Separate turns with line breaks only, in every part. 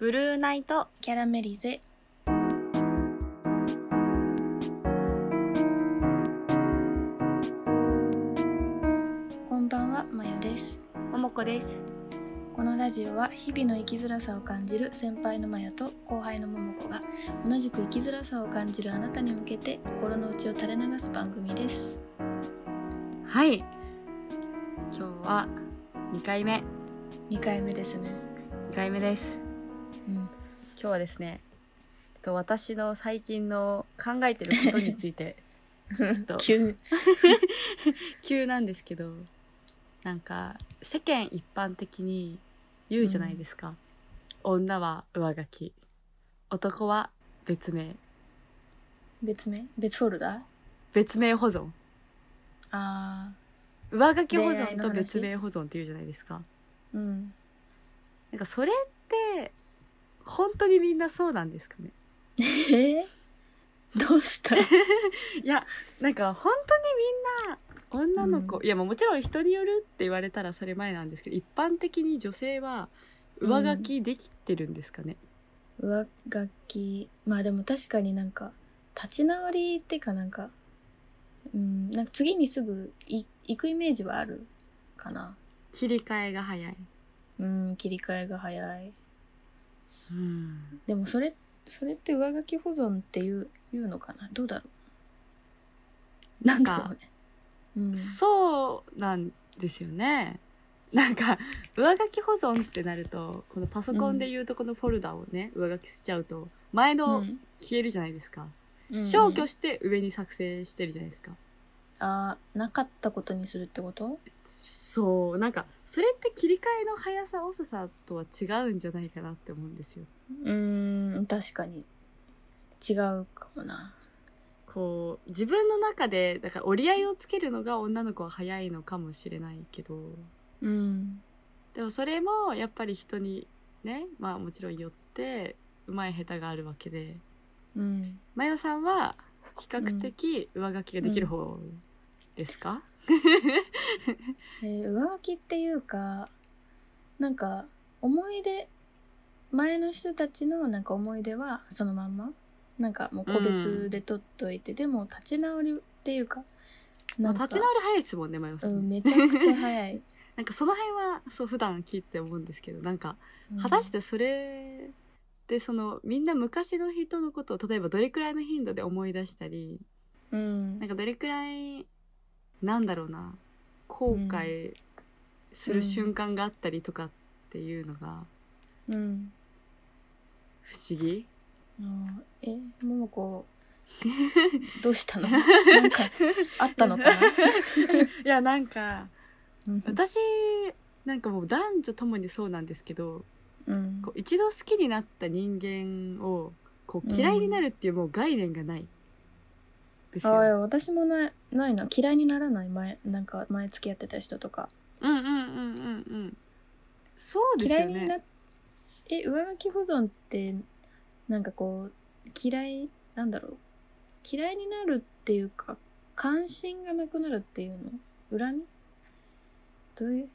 ブルーナイト
キャラメリゼこんばんはまよです
ももこです
このラジオは日々の生きづらさを感じる先輩のまよと後輩のももこが同じく生きづらさを感じるあなたに向けて心の内を垂れ流す番組です
はい今日は2回目
2回目ですね
2回目です
うん
今日はですねちょっと私の最近の考えてることについ てと
急に
急なんですけどなんか世間一般的に言うじゃないですか、女は上書き男は別名
別名別フォルダ
別名保存
あ
上書き保
恋愛
存
の
と
話
別名保存って言うじゃないですか
ーうん
なんかそれって本当にみんなそうなんですかね
えー、どうした
いやなんか本当にみんな女の子、いやもうもちろん人によるって言われたらそれ前なんですけど一般的に女性は上書きできてるんですかね、
上書きまあでも確かになんか立ち直りっていうかなんかうんなんか次にすぐい行くイメージはあるかな
切り替えが早い、
うん切り替えが早いでもそれそれって上書き保存っていう言うのかなどうだろう
なんか
だろうねうん
そうなんですよねなんか上書き保存ってなるとこのパソコンでいうとこのフォルダをね、上書きしちゃうと前の消えるじゃないですか、
うん
消
う
去
ん
して上に作成してるじゃないですか、
あーなかったことにするってこと
そうなんかそれって切り替えの速さ遅さとは違うんじゃないかなって思うんですよ
うん確かに違うかもな
こう自分の中でだから折り合いをつけるのが女の子は早いのかもしれないけど
うん
でもそれもやっぱり人にねまあもちろんよって上手い下手があるわけで
うん
マヨさんは比較的上書きができる方ですか、
えー上書きっていうかなんか思い出前の人たちのなんか思い出はそのまんまなんかもう個別で取っといて、でも立ち直りっていうか
まあ
なんか
立ち直り早いですもんねマヨさん、
うん、めちゃくちゃ早い
なんかその辺はそう普段聞いて思うんですけどなんか果たしてそれでそのみんな昔の人のことを例えばどれくらいの頻度で思い出したり
うん
なんかどれくらいなんだろうな後悔する瞬間があったりとかっていうのが
うん
不思議、
あーえも もこどうしたのなんかあったのか な、
いやなんか
うん
私なんかもう男女ともにそうなんですけど
うん
こう一度好きになった人間をこう嫌いになるっていうもう概念がないです
あ
よ。
あいや私もないないな嫌いにならない前なんか前付き合ってた人とか
うんうんうんうんうん。そうです
嫌
よ
いに
ね
な。っえ上書き保存ってなんかこう嫌いなんだろう嫌いになるっていうか関心がなくなるっていうの恨みどういう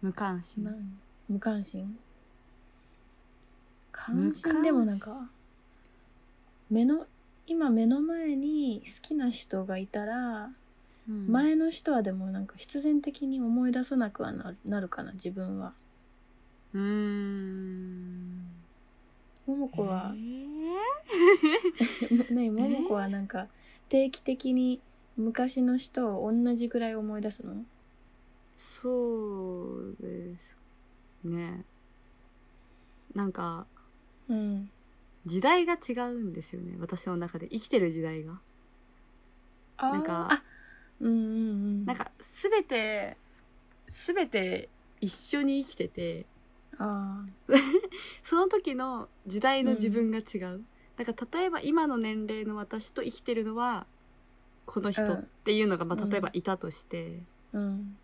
無関心。
なん無関心関
関心
心でもなんか目の今目の前に好きな人がいたら、
うん
前の人はでもなんか必然的に思い出さなくはなるなるかな自分は。
うーん。
桃子は
えー
も ね桃子はなんか定期的に昔の人を同じくらい思い出すの
そうですね。なんか、
うん
時代が違うんですよね。私の中で。生きてる時代が。
あー
なんか
あうんうんうん
なんか、すべて、すべて一緒に生きてて、
あ
その時の時代の自分が違う。だから例えば今の年齢の私と生きてるのはこの人っていうのが、ま
う
あ、
ん
例えばいたとして、
ーうん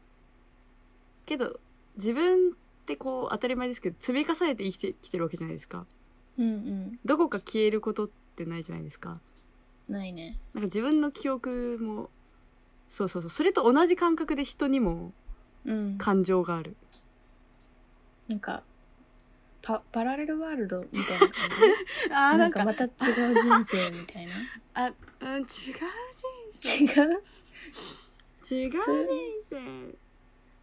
けど自分ってこう当たり前ですけど積み重ねて生きてきてるわけじゃないですか
うんうん
どこか消えることってないじゃないですか
ないね
なんか自分の記憶もそうそうそうそれと同じ感覚で人にも
うん
感情がある
なんかパパラレルワールドみたいな感じ
あー
な
なん
ん
か
かまた違う人生み たいな
あ、うん、違う人
違う
生違う人生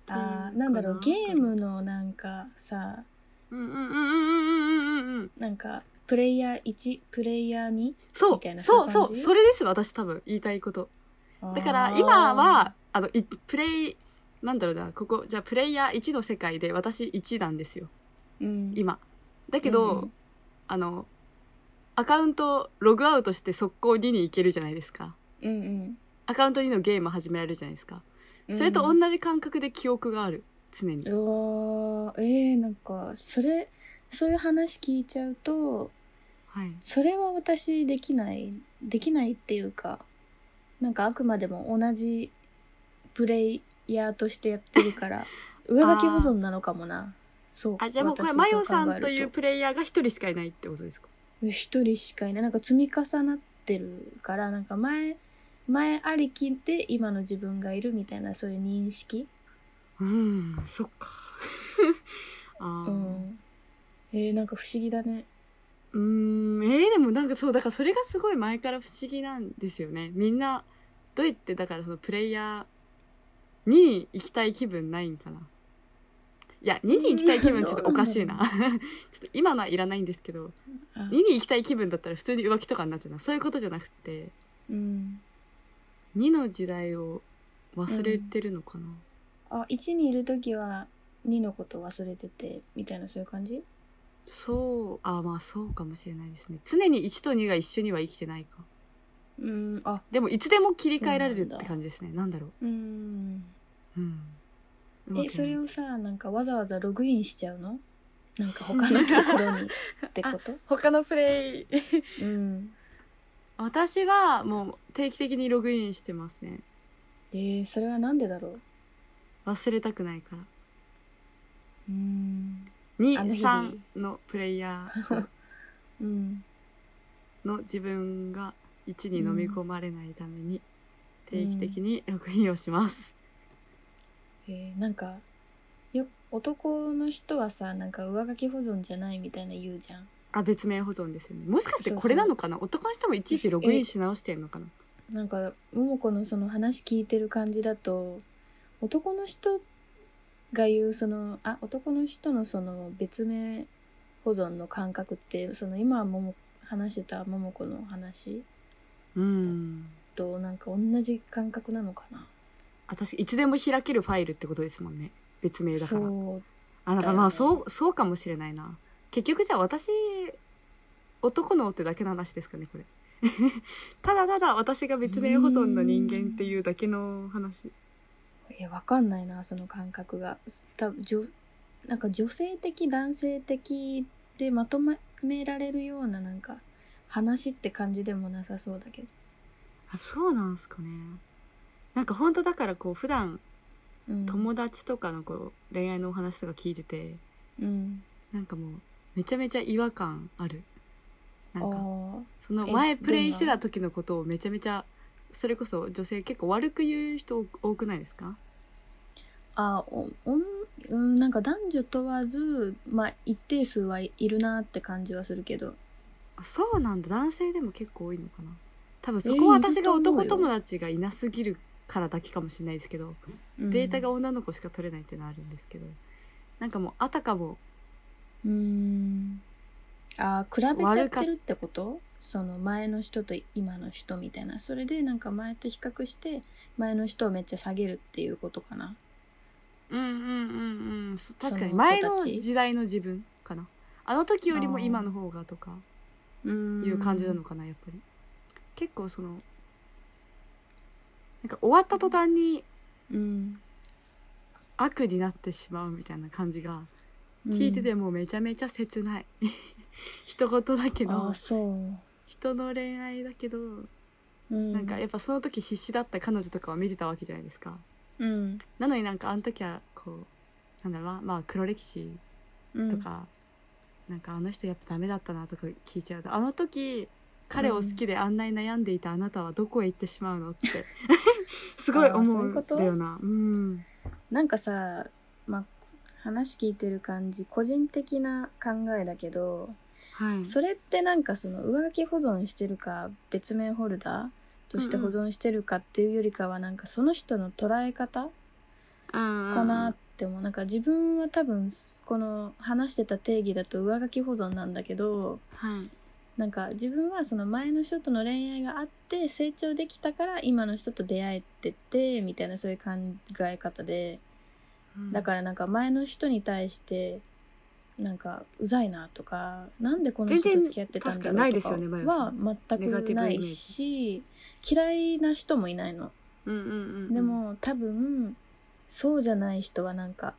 あーなんだろうゲームのなんかさ
うんうんうんうんうんうんうんうん
なんかプレイヤー1プレイヤー2
そう
みたいな
そうそ
そうういう感じ
それです私多分言いたいことだから
あー
今はあのいプレイなんだろうなここじゃあプレイヤー1の世界で私1なんですよ
うん
今だけど、
うん
あのアカウントログアウトして速攻2に行けるじゃないですか
うんうん
アカウント2のゲーム始められるじゃないですか
うん
それと同じ感覚で記憶がある常に
うわーえー、なんかそれそういう話聞いちゃうと
はい
それは私できないできないっていうかなんかあくまでも同じプレイヤーとしてやってるから 上書き保存なのかもなそう
あじゃあもうこれ
私
マヨさ
そ考え
ん
る
というプレイヤーが1人しかいないってことですか
一人しかいないなんか積み重なってるからなんか前前ありきで今の自分がいるみたいなそういう認識
うんそっか あ
う
ー
んえー、なんか不思議だね
うーん、えー、でもなんかそう、だからそれがすごい前から不思議なんですよね。みんな、どうやってだからそのプレイヤーに行きたい気分ないんかな。いや、2に行きたい気分ちょっとおかしいな。
う
ちょっと今のはいらないんですけど、
あ
2に行きたい気分だったら普通に浮気とかになっちゃうな。そういうことじゃなくて、
うん
2の時代を忘れてるのかな。
あ1にいる時は2のこと忘れててみたいなそういう感じ
そう、あ、まあそうかもしれないですね。常に1と2が一緒には生きてないか。
うんあ
でもいつでも切り替えられる
そうな
っ
んだ
て感じですね。なんだろう。
うん
うん。
えそれをさなんかわざわざログインしちゃうのなんか他のとこ ろにってこと
他のプレイ
うん
私はもう定期的にログインしてますね
えー、それはなんでだろう
忘れたくないから
うんあの日々
23のプレイヤー
うん
の自分が1に飲み込まれないために定期的にログインをします、
えー、なんかよ男の人はさなんか上書き保存じゃないみたいな言うじゃん
あ別名保存ですよねもしかしてこれなのかな男の人もいちいちログインし直してんのかな
なんか桃子のその話聞いてる感じだと男の人が言うそのあ男の人のその別名保存の感覚ってその今もも話してた桃子の話
うん
となんか同じ感覚なのかな
私いつでも開けるファイルってことですもんね別名だか
そ
ら
う
あなん
だ
か
よね
まあそうそうかもしれないな結局じゃあ私男のってだけの話ですかねこれ ただただ私が別名保存の人間っていうだけの話
いやわかんないなその感覚が多分女なんか女性的男性的でまとめられるようななんか話って感じでもなさそうだけど、
あそうなんすかねなんか本当だからこう普段
うん、
友達とかのこう恋愛のお話とか聞いてて
うん
なんかもうめちゃめちゃ違和感ある
あ
なんか
ー
その
え
前プレイしてた時のことをめちゃめちゃそれこそ女性結構悪く言う人多くないですか
あおおん、うん、なんか男女問わずまあ一定数はい、いるなって感じはするけど
あそうなんだ男性でも結構多いのかな多分そ
え
こ
ー
は私
いると
が
思うよ
男友達がいなすぎるからだけかもしれないですけど、データが女の子しか取れないってのはあるんですけどなんかもうあたかも
うんあー比べちゃってるってことその前の人と今の人みたいなそれでなんか前と比較して前の人をめっちゃ下げるっていうことかな
うんうんうんうん確かに
その子
前の
たち
時代の自分かなあの時よりも
あー
今の方がとか
うん
いう感じなのかなやっぱり結構そのなんか終わった途端に
うん
悪になってしまうみたいな感じが聞いてて
も
もうめちゃめちゃ切ない 一言だけど
あーそう、
人の恋愛だけど、
うん、
なんかやっぱその時必死だった彼女とかは見てたわけじゃないですか
うん
なのになんかあの時はこうなんだろうなまあ黒歴史
うん
とか、なんかあの人やっぱダメだったなとか聞いちゃうとあの時彼を好きであんなに悩んでいたあなたはどこへ行ってしまうのって すごい
あー
思
そう
う
いうんこと
だよなうん
なんかさ、まあ、話聞いてる感じ個人的な考えだけど
はい。
それってなんかその上書き保存してるか別名ホルダーとして
うん
保
うん
存してるかっていうよりかはなんかその人の捉え方
か
かなってもなんか自分は多分この話してた定義だと上書き保存なんだけど
はい。
なんか自分はその前の人との恋愛があって成長できたから今の人と出会えててみたいなそういう考え方でだからなんか前の人に対してなんかうざいなとかなんでこの人
全
と
然
付き合ってたんだ
確かにな
ろ
いう
と
ですよ
か
ね
は全
ネガティブ
く
イメ
な
ージ
いし嫌いな人もいないの。
ら、うんうんうん、
で、も多分そうじゃない人はなんか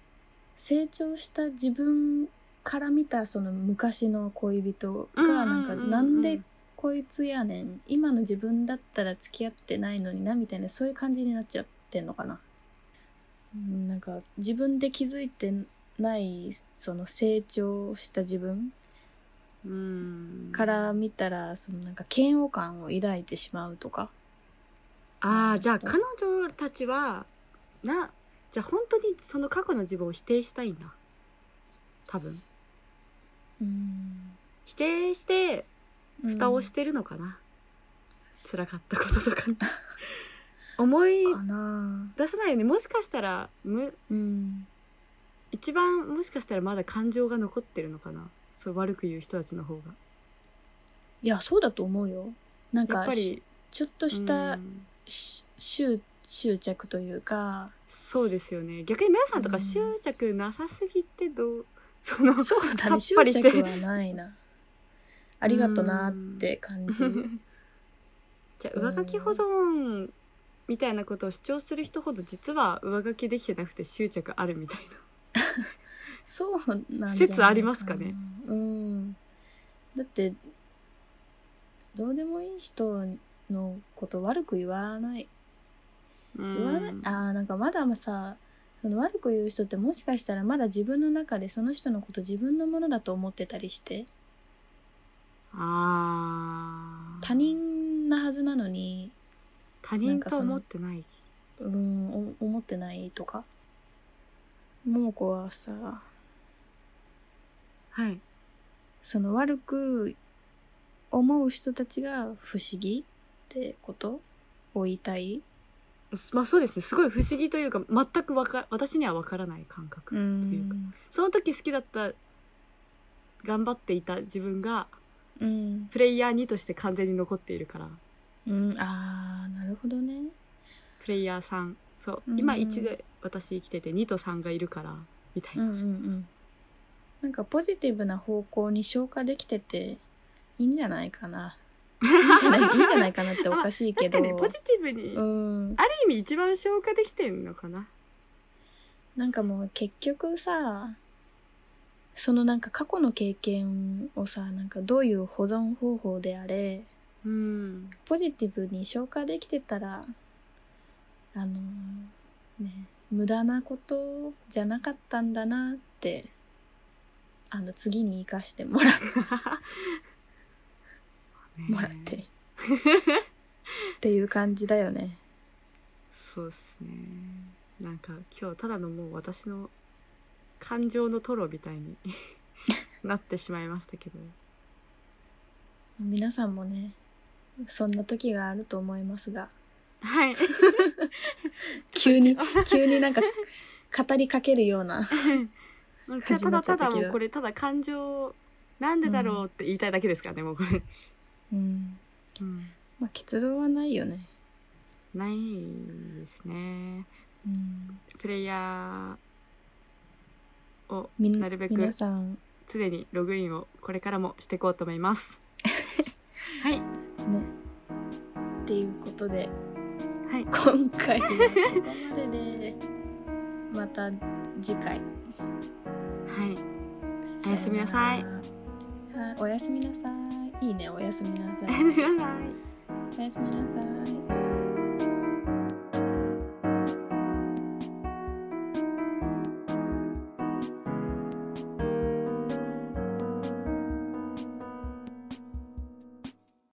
成長した自分から見たその昔の恋人がなんかなんでこいつやねん今の自分だったら付き合ってないのになみたいなそういう感じになっちゃってんのかな。うんなんか自分で気づいてないその成長した自分
うん、
から見たらそのなんか嫌悪感を抱いてしまうとか。
ああじゃあ彼女たちはなじゃあ本当にその過去の自分を否定したいんだ多分
うん
否定して蓋をしてるのかな、辛かったことと か思い
うんかな。
出さないよねもしかしたらむ
うん
一番もしかしたらまだ感情が残ってるのかなそう悪く言う人たちの方が
いや、そうだと思うよ。なん
やっ
か
ぱ
し、
り
ちょっとした
うん
し執執着というか、
そうですよね逆に皆さんとか
うん
執着なさすぎてどうそ の
そうだ
さ
ね、
っ
執
ぱりして
着はないな。ありがとなって感 じ。
じゃあ上書き保存みたいなことを主張する人ほど実は上書きできてなくて執着あるみたい
そうなんじゃない
説ありますかね。
うん。だって、どうでもいい人のこと悪く言わない。
な。
言わない、あーなんかまださ、その悪く言う人ってもしかしたらまだ自分の中でその人のこと自分のものだと思ってたりして、
あー
他人なはずなのに、
他人と思ってない。
うんお思ってないとか桃子はさ
はい。
その悪く思う人たちが不思議ってことを言いたい
まあそうですね。すごい不思議というか、全くわか、私にはわからない感覚と
う
いうか、
ん
その時好きだった、頑張っていた自分が、
うん、
プレイヤー2として完全に残っているから、
うん、あーなるほどね
プレイヤー3。そう。
うん
今1で私生きてて、2と3がいるから、みたいな。
うんうんうんなんかポジティブな方向に消化できてていいんじゃないかないいんじゃないいいんじゃないかなっておかしいけ
確
ど
かにポジティブに、
う
ある
ん
意味一番消化できてるのかな
なんかもう結局さそのなんか過去の経験をさなんかどういう保存方法であれ
うん
ポジティブに消化できてたらあのね無駄なことじゃなかったんだなってあの次に生かしてもらもらって。っていう感じだよね。
そうっすねなんか今日ただのもう私の感情のトロみたいに なってしまいましたけど
皆さんもねそんな時があると思います が
はい
急に急になんか語りかけるような。
もうた
感じに
だ
なっちゃ
た
ったけど
だもうこれただ感情なんでだろうって言いたいだけですからね、もうこれ、
うん
うん、
まあ、結論はないよね。
ないですね
うん、
プレイヤーを
みん
なるべく
皆さん
常にログインをこれからもしていこうと思います。はい、
ね。っていうことで
はい、
今 回はここまででまた次回
はい、おやすみなさい
さよな らはいおやすみなさいいいねおやすみなさい
おやすみなさい。
おやすみなさい。